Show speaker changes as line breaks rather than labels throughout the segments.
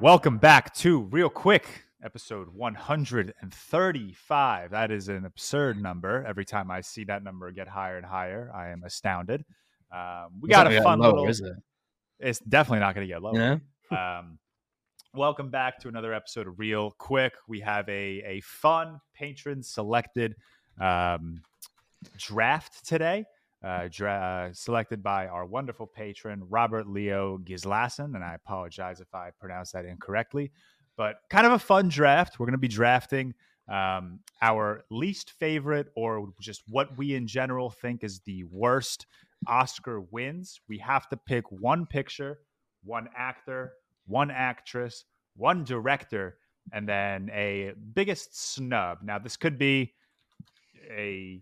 Welcome back to Real Quick, episode 135. That is an absurd number. Every time I see that number get higher and higher, I am astounded. Um, we
It's
got
not
a
gonna
fun
lower,
little. uh,
is it?
It's definitely not going to get lower.
Yeah.
Um, welcome back to another episode of Real Quick. We have a a fun patron selected um, draft today, uh, dra- uh, selected by our wonderful patron Robert Leo Gislason, and I apologize if I pronounced that incorrectly, but kind of a fun draft. We're going to be drafting. Um, our least favorite, or just what we in general think is the worst Oscar wins. We have to pick one picture, one actor, one actress, one director, and then a biggest snub. Now, this could be a.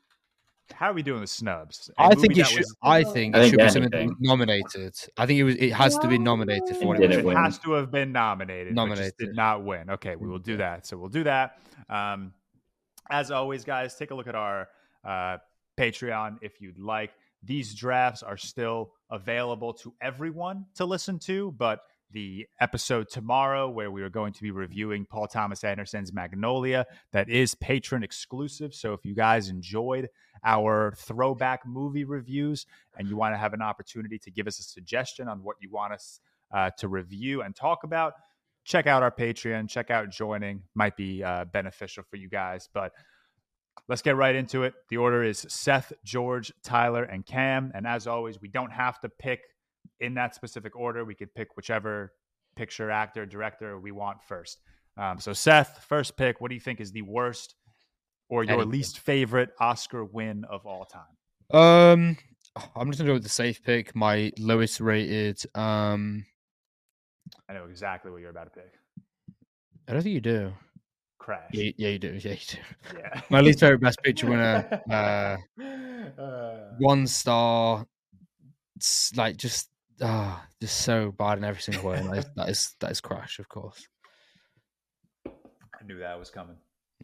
How are we doing with snubs? A
I
movie
think it
that
should.
was-
I think
I
it
think
should be something that was
anything.
nominated. I think it was. It has to be nominated for what it
Did
was.
it
it
win?
has to have been nominated. but just did not
Nominated.
win. Okay, we will do that. So we'll do that. Um, as always, guys, take a look at our uh, Patreon if you'd like. These drafts are still available to everyone to listen to, but the episode tomorrow where we are going to be reviewing Paul Thomas Anderson's Magnolia that is patron exclusive. So if you guys enjoyed our throwback movie reviews and you want to have an opportunity to give us a suggestion on what you want us uh, to review and talk about, check out our Patreon. Check out joining; might be uh, beneficial for you guys. But let's get right into it. The order is Seth, George, Tyler, and Cam. And as always, we don't have to pick in that specific order. We could pick whichever picture, actor, director we want first. Um, so, Seth, first pick. What do you think is the worst? Or your
Anything.
least favorite Oscar win of all time.
Um, I'm just gonna go with the safe pick. My lowest rated. Um,
I know exactly what you're about to pick.
I don't think you do.
Crash.
Yeah, yeah you do. Yeah, you do.
Yeah.
My least favorite best picture winner. Uh,
Uh,
one star. It's like just ah, just so bad in every single way. And that is that is, that is crash, of course.
I knew that was coming.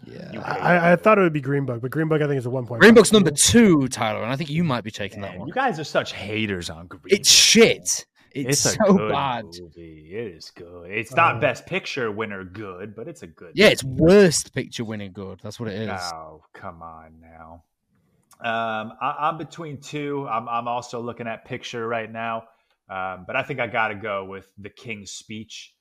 Yeah.
You
I,
hate
I- I
that.
thought it would be Green Book, but Green Book I think is a one point.
Green Book's number two, Tyler, and I think you might be taking that
Man,
one.
You guys are such haters on Green.
It's
Book,
shit.
man.
It's,
a
so
good
bad.
Movie. It is good. It's not
Uh,
best picture winner good, but it's a good.
Yeah, it's worst picture winning good. That's what it is.
Oh, come on now. Um, I, I'm between two. I'm, I'm also looking at picture right now, um, but I think I got to go with The King's Speech.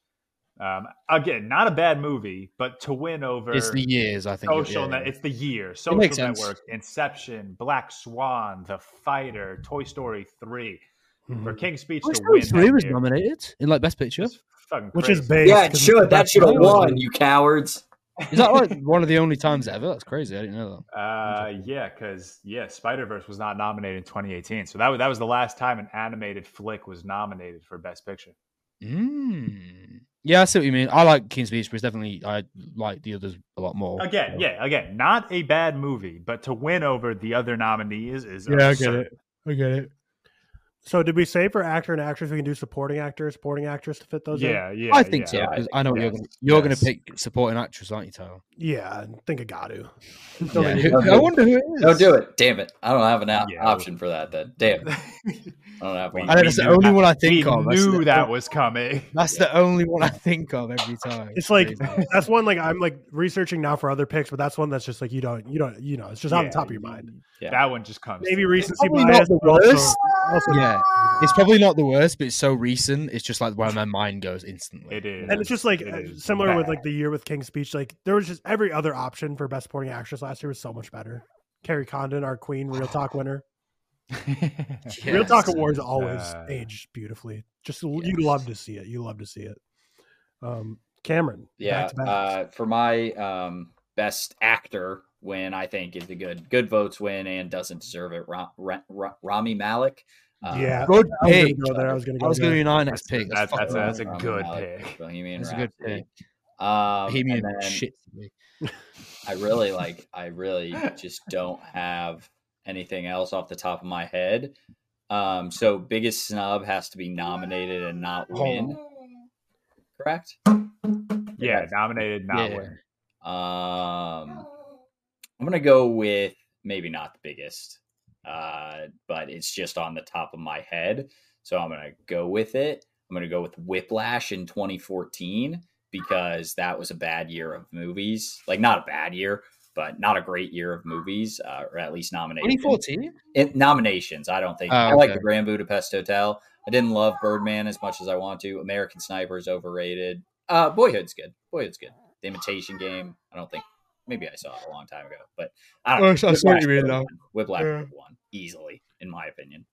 Um, again, not a bad movie, but to win over
It's the years, I think. it-
social
yeah,
net.
yeah.
Oh, It's the year. Social
makes sense.
Network, Inception, Black Swan, The Fighter, Toy Story Three. For
Mhm.
King's Speech
Toy
to
Story
win,
Three
that
was
year
nominated in like best picture.
is fucking
which is
crazy.
based.
Yeah, it
'cause it's
should.
the
That
best
should have
picture.
won, you cowards.
Is that like one of the only times ever? That's crazy. I didn't know that.
Uh, yeah, because yeah, Spider Verse was not nominated in 2018, so that was that was the last time an animated flick was nominated for Best Picture.
Mm. Yeah, I see what you mean. I like King's Speech, but it's definitely I like the others a lot more.
Oh,
Again, yeah, again, not a bad movie, but to win over the other nominees is
Yeah, I get
absurd.
it. I get it. So did we say for actor and actress we can do supporting actor, supporting actress to fit those? in?
Yeah, yeah,
I think so
yeah.
'cause I know what you're
yes,
gonna, you're going
yes.
to pick supporting actress, aren't you, Tyler?
yeah, I think I got to.
Yeah.
Yeah.
Who- I wonder who it is.
Don't do it. Damn it. I don't have an o-
Yeah.
option for that then. Damn. I don't have one.
I know that's
We
the
knew
only
that-
one I
We
think of. That's
knew
the-
that was coming.
That's the only one I think of every time.
It's like
Crazy.
that's one like I'm like researching now for other picks, but that's one that's just like you don't you don't you know it's just on
Yeah,
the top of your mind.
Yeah.
That one just comes.
Maybe
to me.
recency
probably
bias.
not the
but also-
worst.
also-
yeah, it's probably not the worst, but it's so recent. It's just like where my mind goes instantly.
It is,
and it's just like
It
uh,
is
similar with
bad.
like the year with King's Speech. Like there was just every other option for best supporting actress last year was so much better. Carrie Condon, our queen, Real Talk winner. Real
Yes.
Talk Awards always
Uh,
age beautifully. Just l- you love to see it. You love to see it. Um, Cameron,
Yeah.
back to back.
Uh, for my um, best actor win, I think is the good good votes win and doesn't deserve it. Ra- Ra- Ra- Rami Malik. Uh,
yeah,
Good
I was
pick.
gonna go there. I was gonna
I
go
was going to
there.
be nine
That's
next pick.
that's,
fucking
that's, a- that's a
Rami
good
Malik,
pick.
Bohemian
That's a good
Rhapsody.
pick.
Um,
Bohemian
and then
shit.
I really like. I really just don't have anything else off the top of my head. Um, so biggest snub has to be nominated and not win. Correct.
Yeah, nominated, not
Yeah.
win.
Um, I'm gonna go with maybe not the biggest, uh, but it's just on the top of my head, so I'm gonna go with it. I'm going to go with Whiplash in 2014 because that was a bad year of movies. Like not a bad year, but not a great year of movies, uh, or at least nominations.
2014.
It, nominations, I don't think.
Oh,
I like
okay.
the Grand Budapest Hotel. I didn't love Birdman as much as I want to. American Sniper's overrated. Uh, Boyhood's good. Boyhood's good. The Imitation Game. I don't think. Maybe I saw it a long time ago, but I don't.
Oh,
know.
I see what you
Whiplash
mean now.
would've won. Whiplash
Yeah.
would've won easily, in my opinion.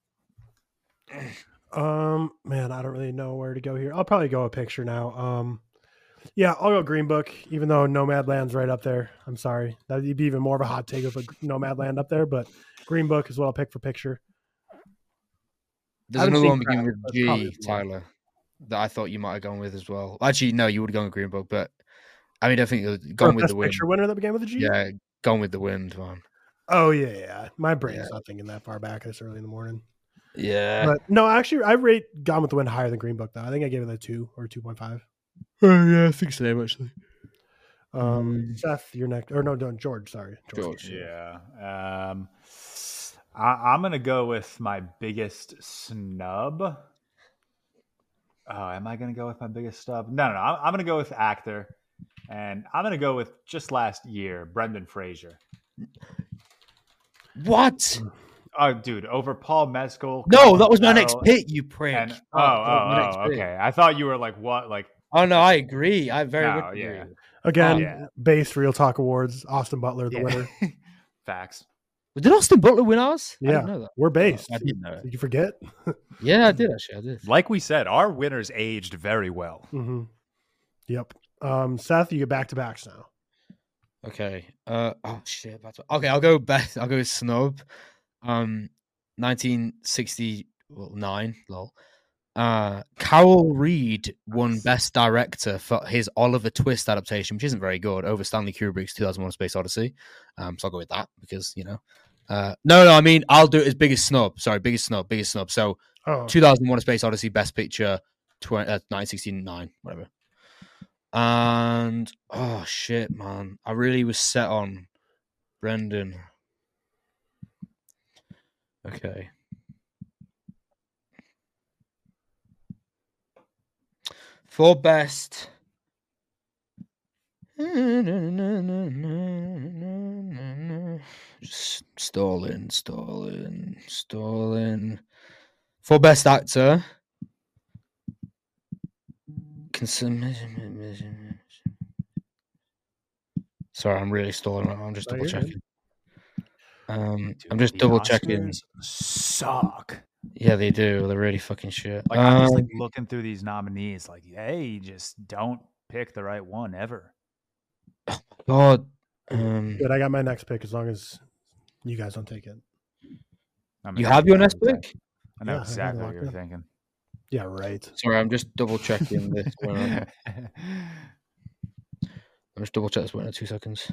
Um, man, I don't really know where to go here. I'll probably go a picture now. Um, yeah, I'll go Green Book, even though Nomad Land's right up there. I'm sorry, that'd be even more of a hot take of a Nomad Land up there, but Green Book is what I'll pick for picture.
There's
haven't
another one
seen
beginning
Crash,
with
but
G,
probably the one.
Tyler, that I thought you might have gone with as well. Actually, no, you would have gone with Green Book, but I mean, I think you have
Or
gone with
best
the wind.
picture winner that began with a G.
Yeah, gone with the wind one.
Oh yeah, yeah. My brain's not thinking that far back this early in the morning.
Uh,
Yeah,
But no, actually, I rate Gone with the Wind higher than Green Book though. I think I gave it a two or two point five.
Oh, yeah, I think so actually.
Um,
Mm.
Seth, you're next. Or no, no, George. Sorry,
George.
Yeah. Um, I, I'm going to go with my biggest snub. Oh, am I going to go with my biggest snub? No, no, no. I'm, I'm going to go with actor. And I'm going to go with just last year, Brendan Fraser.
What?
Oh, dude, over Paul Mescal.
No,
Colin
that was my next
Farrell,
pick, you prick.
And,
Fuck,
oh,
that was my
oh,
next
oh,
pick.
okay. I thought you were like, what? Like,
Oh no, I agree. I very
No,
much agree.
yeah.
Again,
Yeah.
base Real Talk Awards. Austin Butler, the
yeah.
winner.
facts.
Well, Did Austin Butler win ours? I
Yeah.
didn't know that.
We're based.
I didn't know.
Did you forget?
Yeah, I did actually. I did.
Like we said, our winners aged very well.
Mm-hmm. Yep. Um, Seth, you get back to backs now.
Okay. Uh oh shit. That's okay. I'll go best. I'll go snub. Um, nineteen sixty nine. Lol. Uh, Carol Reed won Best Director for his Oliver Twist adaptation, which isn't very good, over Stanley Kubrick's 2001: A Space Odyssey. Um, so I'll go with that because you know. Uh, no, no. I mean, I'll do it as biggest snub. Sorry, biggest snub, biggest snub. So
Oh,
2001 A Space Odyssey, Best Picture, tw- uh, 1969, whatever. And oh shit, man, I really was set on Brendan. Okay. For best. Just stalling, stalling, stalling. For best actor. Consum- Sorry, I'm really stalling. right now, I'm just
No,
double
you're good.
checking. Um,
Dude,
I'm just
the
double checking.
Oscars Suck.
Yeah, they do. They're really fucking shit.
Like I'm just
Um,
like looking through these nominees, like, hey, just don't pick the right one ever.
God. Um,
good. I got my next pick as long as you guys don't take it.
I mean,
you
I
have your
know
next
exact-
pick?
I know
Yeah, I
exactly
know,
what
I
you're
know.
thinking.
Yeah, right.
Sorry, I'm just double checking this winner. I'm just double checking this winner. Two seconds.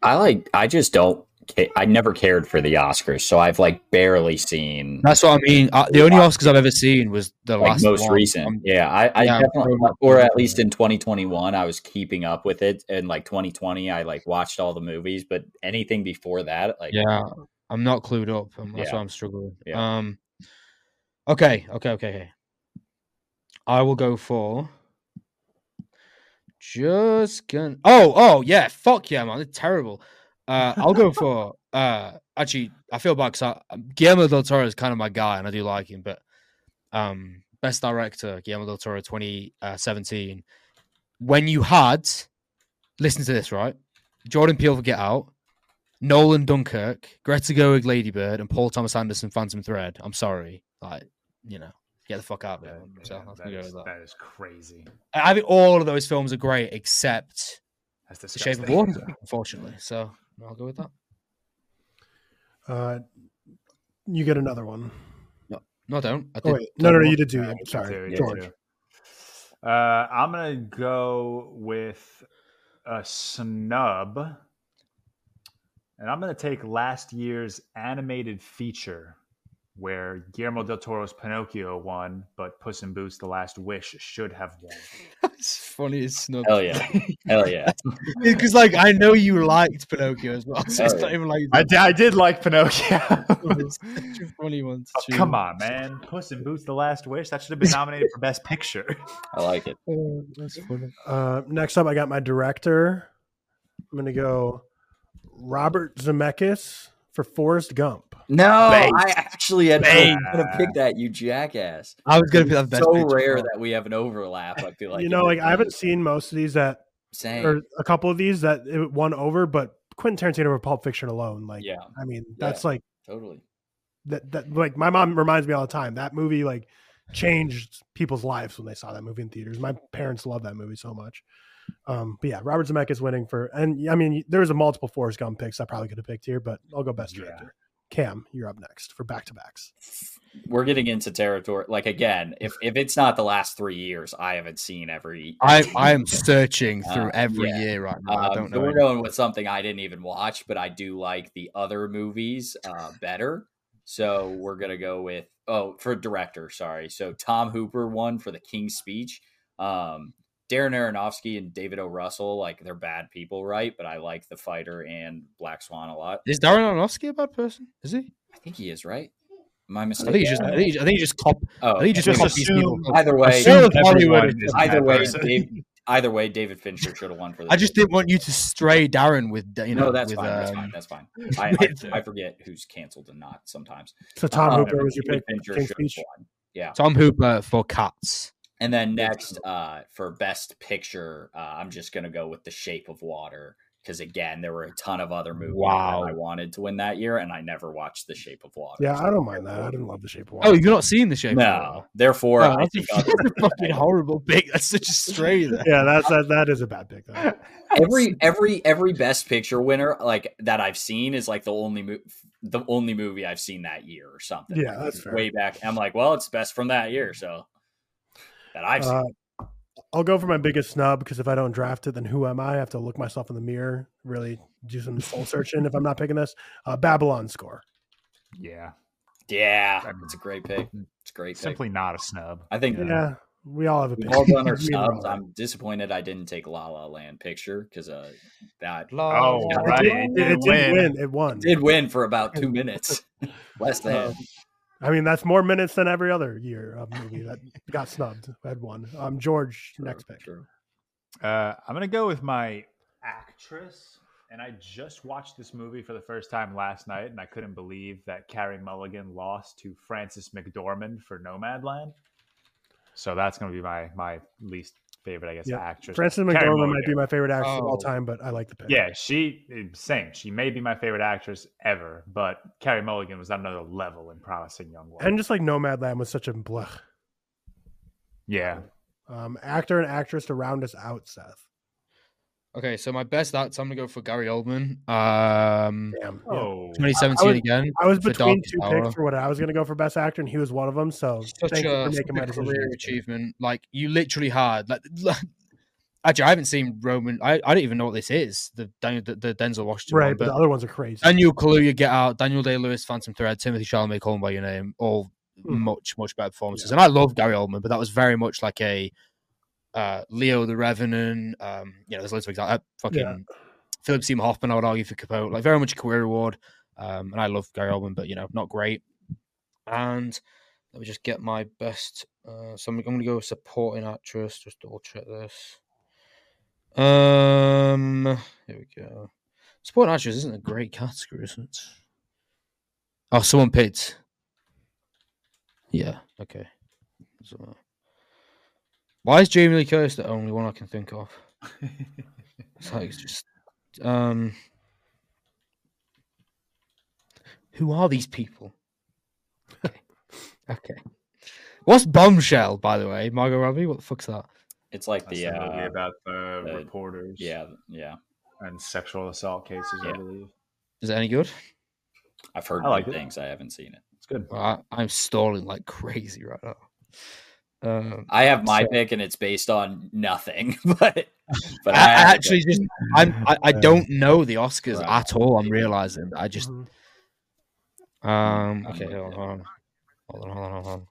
I like. I just don't. ca- I never cared for the Oscars, so I've like barely seen
That's what I mean. Uh, the only Oscars I've ever seen was the
like
last
most
one.
recent.
Um,
yeah, I, I
Yeah,
definitely,
probably.
or at least in 2021, I was keeping up with it. And like 2020, I like watched all the movies, but anything before that, like
yeah, I'm not clued up. Um, that's
Yeah.
why I'm struggling.
Yeah.
Um, okay, okay, okay, okay. I will go for. Just going Oh, oh yeah. Fuck yeah, man. It's terrible. Uh, I'll go for. Uh, actually, I feel bad because Guillermo del Toro is kind of my guy, and I do like him. But um, best director, Guillermo del Toro, 2017. When you had, listen to this, right? Jordan Peele for Get Out, Nolan Dunkirk, Greta Gerwig Ladybird, and Paul Thomas Anderson Phantom Thread. I'm sorry, like you know, get the fuck out of
That-
there. So
yeah,
I'm
that
gonna go
is-
with that.
that is crazy.
I I think all of those films are great except
That's
The Shape
disgusting.
of Water, unfortunately. So I'll go with that.
Uh, you get another one.
No, I don't. I
Oh,
did
wait. No, no, no,
Totally.
you did do.
Yeah,
I'm
you too,
sorry,
you
George.
too. Uh, I'm gonna go with a snub, and I'm gonna take last year's animated feature where Guillermo del Toro's Pinocchio won, but Puss in Boots: The Last Wish should have won.
It's funny as snub.
Hell yeah. Hell yeah.
Because like I know you liked Pinocchio as well, so it's
Oh,
not even like
I, d- I did like Pinocchio.
it's such a funny one. To
Oh,
choose.
come on, man! Puss in Boots: The Last Wish that should have been nominated for Best Picture.
I like it.
Oh, that's funny.
Uh, next up, I got my director. I'm gonna go Robert Zemeckis for Forrest Gump.
No,
Base.
I actually had
Base.
I'm gonna pick that, you jackass.
I was gonna be that best.
so
picture.
rare that we have an overlap. I feel like
you know,
in
like
this
I haven't
movie.
seen most of these that,
Same.
or a couple of these that it won over, but Quentin Tarantino for Pulp Fiction alone, like,
yeah,
I mean, that's like
totally.
that that like my mom reminds me all the time that movie like changed people's lives when they saw that movie in theaters. My parents love that movie so much. Um, but yeah, Robert Zemeckis winning for, and I mean, there was a multiple Forrest Gump picks I probably could have picked here, but I'll go best
Yeah.
director. Cam, you're up next for back to backs.
We're getting into territory. Like again, if if it's not the last three years, I haven't seen every.
I I am searching through
Uh,
every
yeah.
year right now.
Um,
I don't
so
know.
we're
any-
going with something I didn't even watch, but I do like the other movies uh, better. So we're gonna go with oh for director, sorry. So Tom Hooper won for The King's Speech. Um, Darren Aronofsky and David O. Russell, like they're bad people, right? But I like The Fighter and Black Swan a lot.
Is Darren Aronofsky a bad person? Is he?
I think he is right. Am I
I
mistaken?
think he's just. I think, he- I think he just cop.
oh,
I think he
Just
just copies people.
assume-
either way,
Assume
Everyone
Hollywood
is
is-
a bad
either way,
person.
Dave, either way, David Fincher should have won for this.
I just didn't want you to stray Darren with. You know,
no, that's
with,
fine, that's
um,
fine. That's fine. I,
with, uh,
I, I forget who's canceled and not sometimes.
So Tom
Um,
Hooper was your
David
pick.
Fincher
King's
should have
Speech.
won. Yeah.
Tom Hooper for Cats.
And then next, uh, for best picture, uh, I'm just gonna go with The Shape of Water because again, there were a ton of other movies
Wow.
that I wanted to win that year, and I never watched The Shape of Water.
Yeah, I don't mind that. I didn't love The Shape of Water.
Oh, you've not seen the shape? of
no.
Water?
Therefore,
Oh,
I
that's,
think
a,
other-
that's a fucking horrible pick. That's such a stray. There.
yeah, that's that, that is a bad pick. Though.
every every every best picture winner like that I've seen is like the only mo- the only movie I've seen that year or something.
Yeah,
Like,
that's
it's
fair.
way back. I'm like, well, it's best from that year, so that I've seen.
Uh, I'll go for my biggest snub because if I don't draft it, then who am I? I have to look myself in the mirror, really do some soul searching if I'm not picking this. Uh, Babylon score.
yeah,
Yeah,
I'm-
it's a great pick.
Mm,
It's a great pick.
simply not a snub.
I think
Yeah.
Yeah, we all have a
we've
pick.
all done our
Me and
snubs.
Rob.
I'm disappointed I didn't take La La Land picture because uh, that
Oh,
Yeah,
right.
It did, it did
Win.
win. It won.
did win for about two minutes. Less than
Um, I mean, that's more minutes than every other year of movie that got snubbed. Had one. Um, George,
True,
next pick.
true.
Uh, I'm gonna go with my actress, and I just watched this movie for the first time last night, and I couldn't believe that Carrie Mulligan lost to Frances McDormand for Nomadland. So that's gonna be my my least favorite, I guess,
Yeah.
actress.
Frances
Carey
McDormand might
Mulligan.
be my favorite actress of
Oh.
all time, but I like the pick.
Yeah, she same. She may be my favorite actress ever, but Carrie Mulligan was on another level in promising young woman.
And just like Nomadland was such a blech.
yeah,
Um, actor and actress to round us out, Seth.
Okay, so my best acts. I'm gonna go for Gary Oldman. Um,
Damn. yeah.
oh,
2017 again.
I was
for
between
Darkest
two
Hour.
picks for what I was going to go for best actor, and he was one of them. So
Such
thank you
a,
for making
such
my
a
decision.
career achievement. Like you literally had. Like, actually, I haven't seen Roman. I, I don't even know what this is. The Daniel, the, the Denzel Washington. one,
Right, but the other ones are crazy.
Daniel Kaluuya, Get Out, Daniel Day Lewis, Phantom Thread, Timothy Chalamet, Call Me by Your Name, all
Hmm.
much much better performances. And I love Gary Oldman, but that was very much like a uh, Leo the Revenant. Um, you know, there's loads of examples. fucking
Yeah.
Philip Seymour Hoffman. I would argue for Capote, like very much a career award. Um, and I love Gary Oldman, but you know, not great. And let me just get my best. Uh, so I'm, I'm going to go with supporting actress. Just double check this. Um, here we go. Supporting actress isn't a great category, is it? Oh, someone picked. Yeah. Okay. So- why is Jamie Lee Curtis the only one I can think of? It's like it's just um. Who are these people? Okay. okay. What's Bombshell, by the way? Margot Robbie? What the fuck's that?
It's like
that's
the
the movie
uh,
about the,
the-
reporters,
yeah yeah.
and sexual assault cases. I
Yeah.
believe
Is it any good?
I've heard
I like
good
it.
things. I haven't seen it.
it's good.
Well, I, I'm stalling like crazy right now. Um,
I have my
So-
pick, and it's based on nothing. But but
I,
I,
I
have a
actually just I'm I, I
Yeah.
don't know the Oscars
Right.
at all. I'm realizing I just
Mhm.
um
I'm
okay
with
hold on,
you.
hold on. Hold on, hold on, hold on.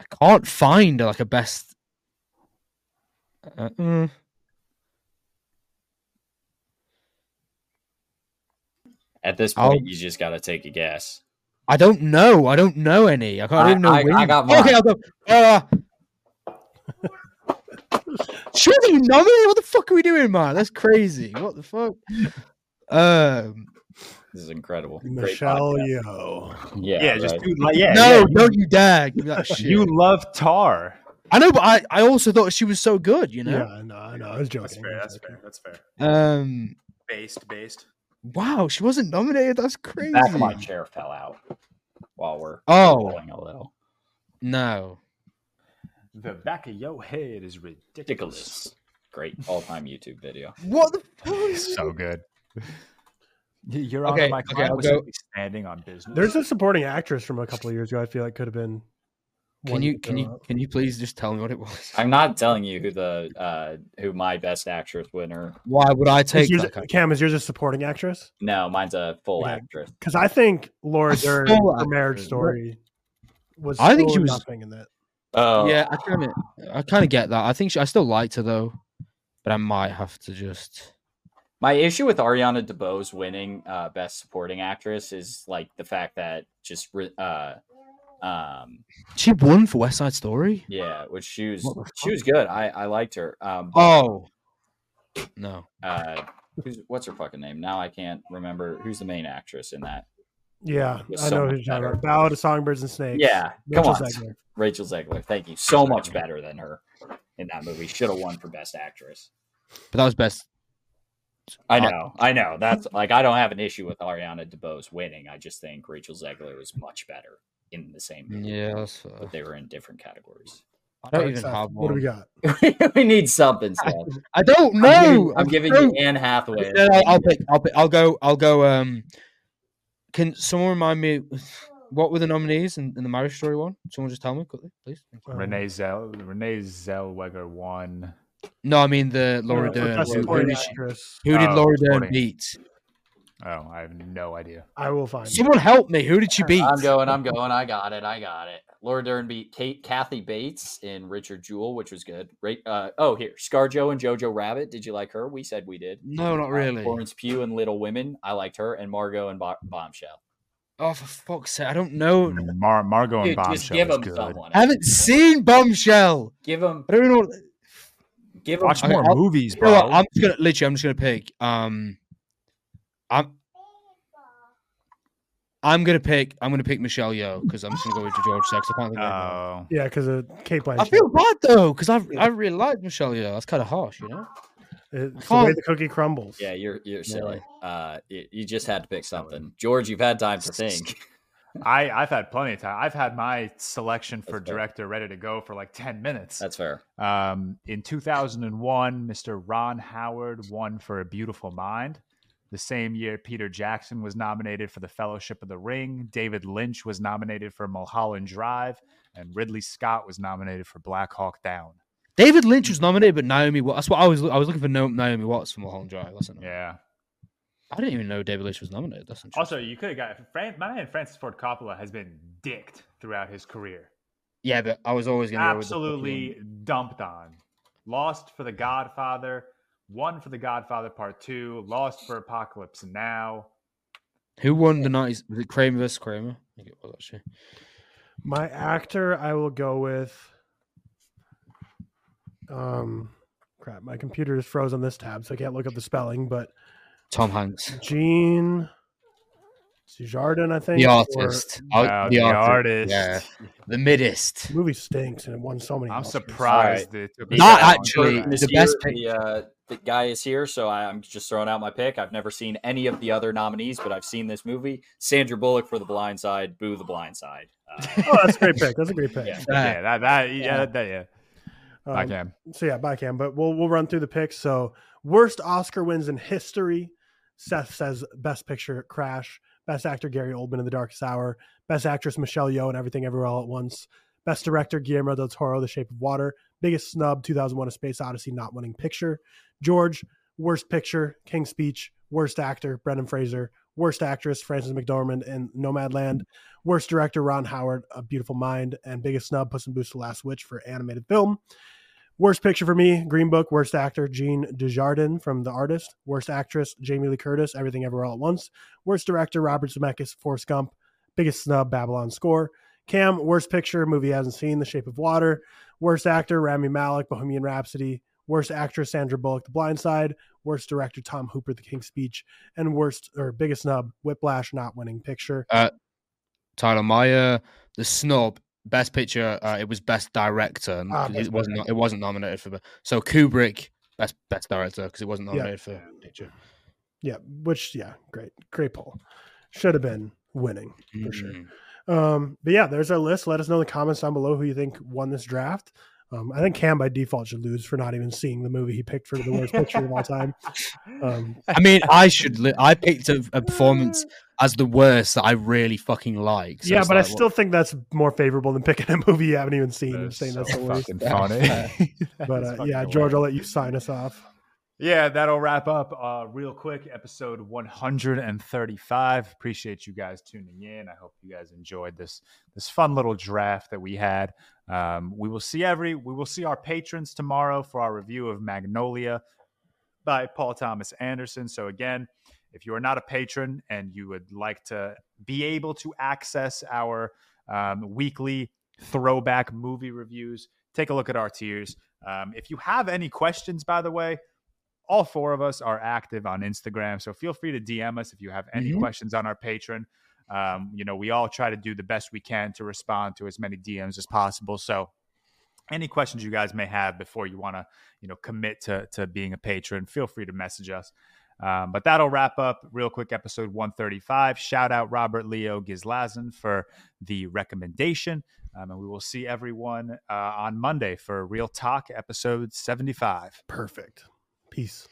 I can't find like a best. Uh, mm.
At this
I'll-
point, you just got to take a guess.
I don't know. I don't know any. I, can't, I,
I-
don't know.
I- I
when.
got
Okay,
mine.
I'll go. Uh, Surely you know me? What the fuck are we doing, man? That's crazy. What the fuck? Um,
This is incredible. Great
Michelle
podcast.
Yeoh.
Yeah,
yeah, just
right.
dude, like, yeah.
no,
yeah,
don't you dare. Give me that shit.
You, you love Tar.
I know, but I, I also thought she was so good, you know?
Yeah, no, I know. I was joking.
That's fair.
I was
That's
joking.
fair. That's fair.
Um,
Based, based.
wow, she wasn't nominated. That's crazy.
back of my chair fell out while we're
Oh,
going a little
no.
The back of your head is ridiculous.
ridiculous. Great all-time YouTube video.
What the fuck? is
so good. You're
Okay,
on my
okay,
client
I'll
was
go-
simply standing on business.
There's a supporting actress from a couple of years ago. I feel like could have been.
Can
one
you
could
can
throw
you
out.
can you please just tell me what it was?
I'm not telling you who the uh who my best actress winner.
Why would I
Is
take
yours,
that? kind
Cam, is yours a supporting actress?
No, mine's a full
Yeah.
actress.
Because I think Laura
A
Dern,
full
her marriage
actress.
story, was.
I think
still
she was-
nothing in that. uh,
Oh
of- Yeah, I kind of I kind of get that. I think she, I still liked her though, but I might have to just.
My issue with Ariana DeBose winning uh, Best Supporting Actress is like the fact that just re- uh, um,
She won for West Side Story.
yeah, which she was
What the
she was good. I I liked her. Um, but,
Oh no,
uh, who's, what's her fucking name? Now I can't remember who's the main actress in that.
Yeah,
was
I
so
know
much
who's talking
better.
about. Ballad of Songbirds and Snakes.
Yeah, come
Rachel
on,
Zegler.
Rachel Zegler. Thank you so much better than her in that movie. Should have won for Best Actress.
but that was best.
I
I-
know, I know. That's like I don't have an issue with Ariana DeBose winning. I just think Rachel Zegler was much better in the same movie,
Yeah, that's, uh,
but they were in different categories.
I
All
don't
right,
even
Seth,
have
What do we
one.
got?
we need something. Seth.
I don't
I'm giving-
know.
I'm giving,
so-
you Anne Hathaway.
No, no, I'll pick. I'll pick. I'll go. I'll go. Um, can someone remind me what were the nominees in, in the Marriage Story one? Someone just tell me quickly, please. Thank you.
Um,
Renee Zell Renee Zellweger won.
No, I mean the Laura
uh, for
Dern.
best
Who, who
supporting
did, she,
actress.
who did
Oh,
Laura Dern
supporting.
beat?
Oh, I have no idea.
I will find. it.
Someone help me. Who did she beat?
I'm going. I'm going. I got it. I got it. Laura Dern beat Kate, Kathy Bates and Richard Jewell, which was good. Right. Uh, oh, here, ScarJo and Jojo Rabbit. Did you like her? We said we did.
No, not
Uh,
really.
Florence Pugh and Little Women. I liked her. And Margot and Bo- Bombshell.
Oh, for fuck's sake! I don't know.
Mar- Margot and
Dude, just
Bombshell
give
is
them
good.
someone.
I haven't seen Bombshell.
Give them.
I don't know. What,
Give them.
Watch
Okay,
more
I'll-
movies,
you know
bro.
what, I'm just gonna literally. I'm just gonna pick. Um, I'm. I'm gonna pick. I'm gonna pick Michelle Yeoh because I'm just gonna go with George Sex. I can't think of anyone.
Oh,
Yeah, because of Kate Blanchett.
I feel bad though because I I really like Michelle Yeoh. That's kind of harsh, you know.
It's the
Come
way
on.
the cookie crumbles.
Yeah, you're you're silly. Uh, you, you just had to pick something, George. You've had time to think.
I I've had plenty of time. I've had my selection for
That's fair.
director ready to go for like ten minutes.
That's fair.
Um, in 2001, Mr. Ron Howard won for A Beautiful Mind. The same year, Peter Jackson was nominated for The Fellowship of the Ring. David Lynch was nominated for Mulholland Drive, and Ridley Scott was nominated for Black Hawk Down.
David Lynch was nominated, but Naomi Watts. That's what I was. I was looking for no, Naomi Watts from Mulholland Drive. Wasn't it?
Yeah.
I didn't even know David Lynch was nominated. That's interesting.
Also, you could have got Fran- my man Francis Ford Coppola has been dicked throughout his career.
yeah, but I was always gonna go with the
Absolutely dumped on. Lost for The Godfather, won for The Godfather Part 2, lost for Apocalypse Now.
fucking- Who won the nineties? Was it Kramer versus Kramer? I think it was actually.
My actor, I will go with. Um, crap. My computer is froze on this tab, so I can't look up the spelling. But
Tom Hanks,
Jean Jardin, I think.
the
or-
artist, Ar-
Wow,
the, artist,
artist.
Yeah. the middest.
The movie stinks, and it won so many.
I'm
Oscars.
surprised that it took us
Not
that long to
actually-
do
This
that.
the best
year, the, uh, the guy is here, so I, I'm just throwing out my pick. I've never seen any of the other nominees, but I've seen this movie. Sandra Bullock for The Blind Side, Boo the Blind Side. Uh,
Oh, that's a great pick. That's a great pick.
Yeah.
Yeah, that, that, yeah,
Yeah.
that, that- yeah. I
Um,
can.
So yeah, by cam, but we'll we'll run through the picks. So worst Oscar wins in history. Seth says best picture Crash, best actor Gary Oldman in The Darkest Hour, best actress Michelle Yeoh and Everything Everywhere All at Once, best director Guillermo del Toro The Shape of Water, biggest snub 2001 A Space Odyssey not winning picture, George worst picture King's Speech, worst actor Brendan Fraser, Worst Actress Frances McDormand in Nomadland. Worst Director Ron Howard, A Beautiful Mind, and biggest snub Puss in Boots: The Last Witch for animated film. Worst picture for me, Green Book. Worst actor, Jean Desjardins from The Artist. Worst actress, Jamie Lee Curtis, Everything Everywhere All at Once. Worst director, Robert Zemeckis, Forrest Gump. Biggest snub, Babylon Score. Cam, worst picture, movie hasn't seen, The Shape of Water. Worst actor, Rami Malek, Bohemian Rhapsody. Worst actress, Sandra Bullock, The Blind Side. Worst director, Tom Hooper, The King's Speech. And worst or biggest snub, Whiplash, not winning picture.
Tyler Meyer, the snub, best picture. Uh, it was best director. and
Ah,
'cause
Best
it wasn't. It wasn't nominated for. So Kubrick, best best director because it wasn't
Yeah.
nominated for picture.
Yeah, which, yeah, great. Great poll. Should have been winning. For sure.
Mm.
Um, but yeah, there's our list. Let us know in the comments down below who you think won this draft. Um, I think Cam by default should lose for not even seeing the movie he picked for the worst picture of all time.
uh,
Um,
I mean, I should. Li- I picked a, a performance as the worst that I really fucking like. so
yeah,
it's
but
like,
I
what-
still think that's more favorable than picking a movie you haven't even seen and
That's
saying
so
that's the worst.
fucking
That's
funny.
But
That's
uh,
fucking
yeah, George,
hilarious.
I'll let you sign us off.
Yeah, that'll wrap up uh, real quick episode 135. Appreciate you guys tuning in. I hope you guys enjoyed this this fun little draft that we had. Um, we will see every we will see our patrons tomorrow for our review of Magnolia by Paul Thomas Anderson. So again, if you are not a patron and you would like to be able to access our um, weekly throwback movie reviews, take a look at our tiers. Um, if you have any questions, by the way, all four of us are active on Instagram, so feel free to DM us if you have any
Mhm.
questions on our patron. Um, you know, we all try to do the best we can to respond to as many DMs as possible. So, any questions you guys may have before you want to, you know, commit to to being a patron, feel free to message us. Um, but that'll wrap up real quick episode 135. Shout out Robert Leo Gizlazin for the recommendation. Um, and we will see everyone uh, on Monday for Real Talk episode 75.
Perfect. Peace.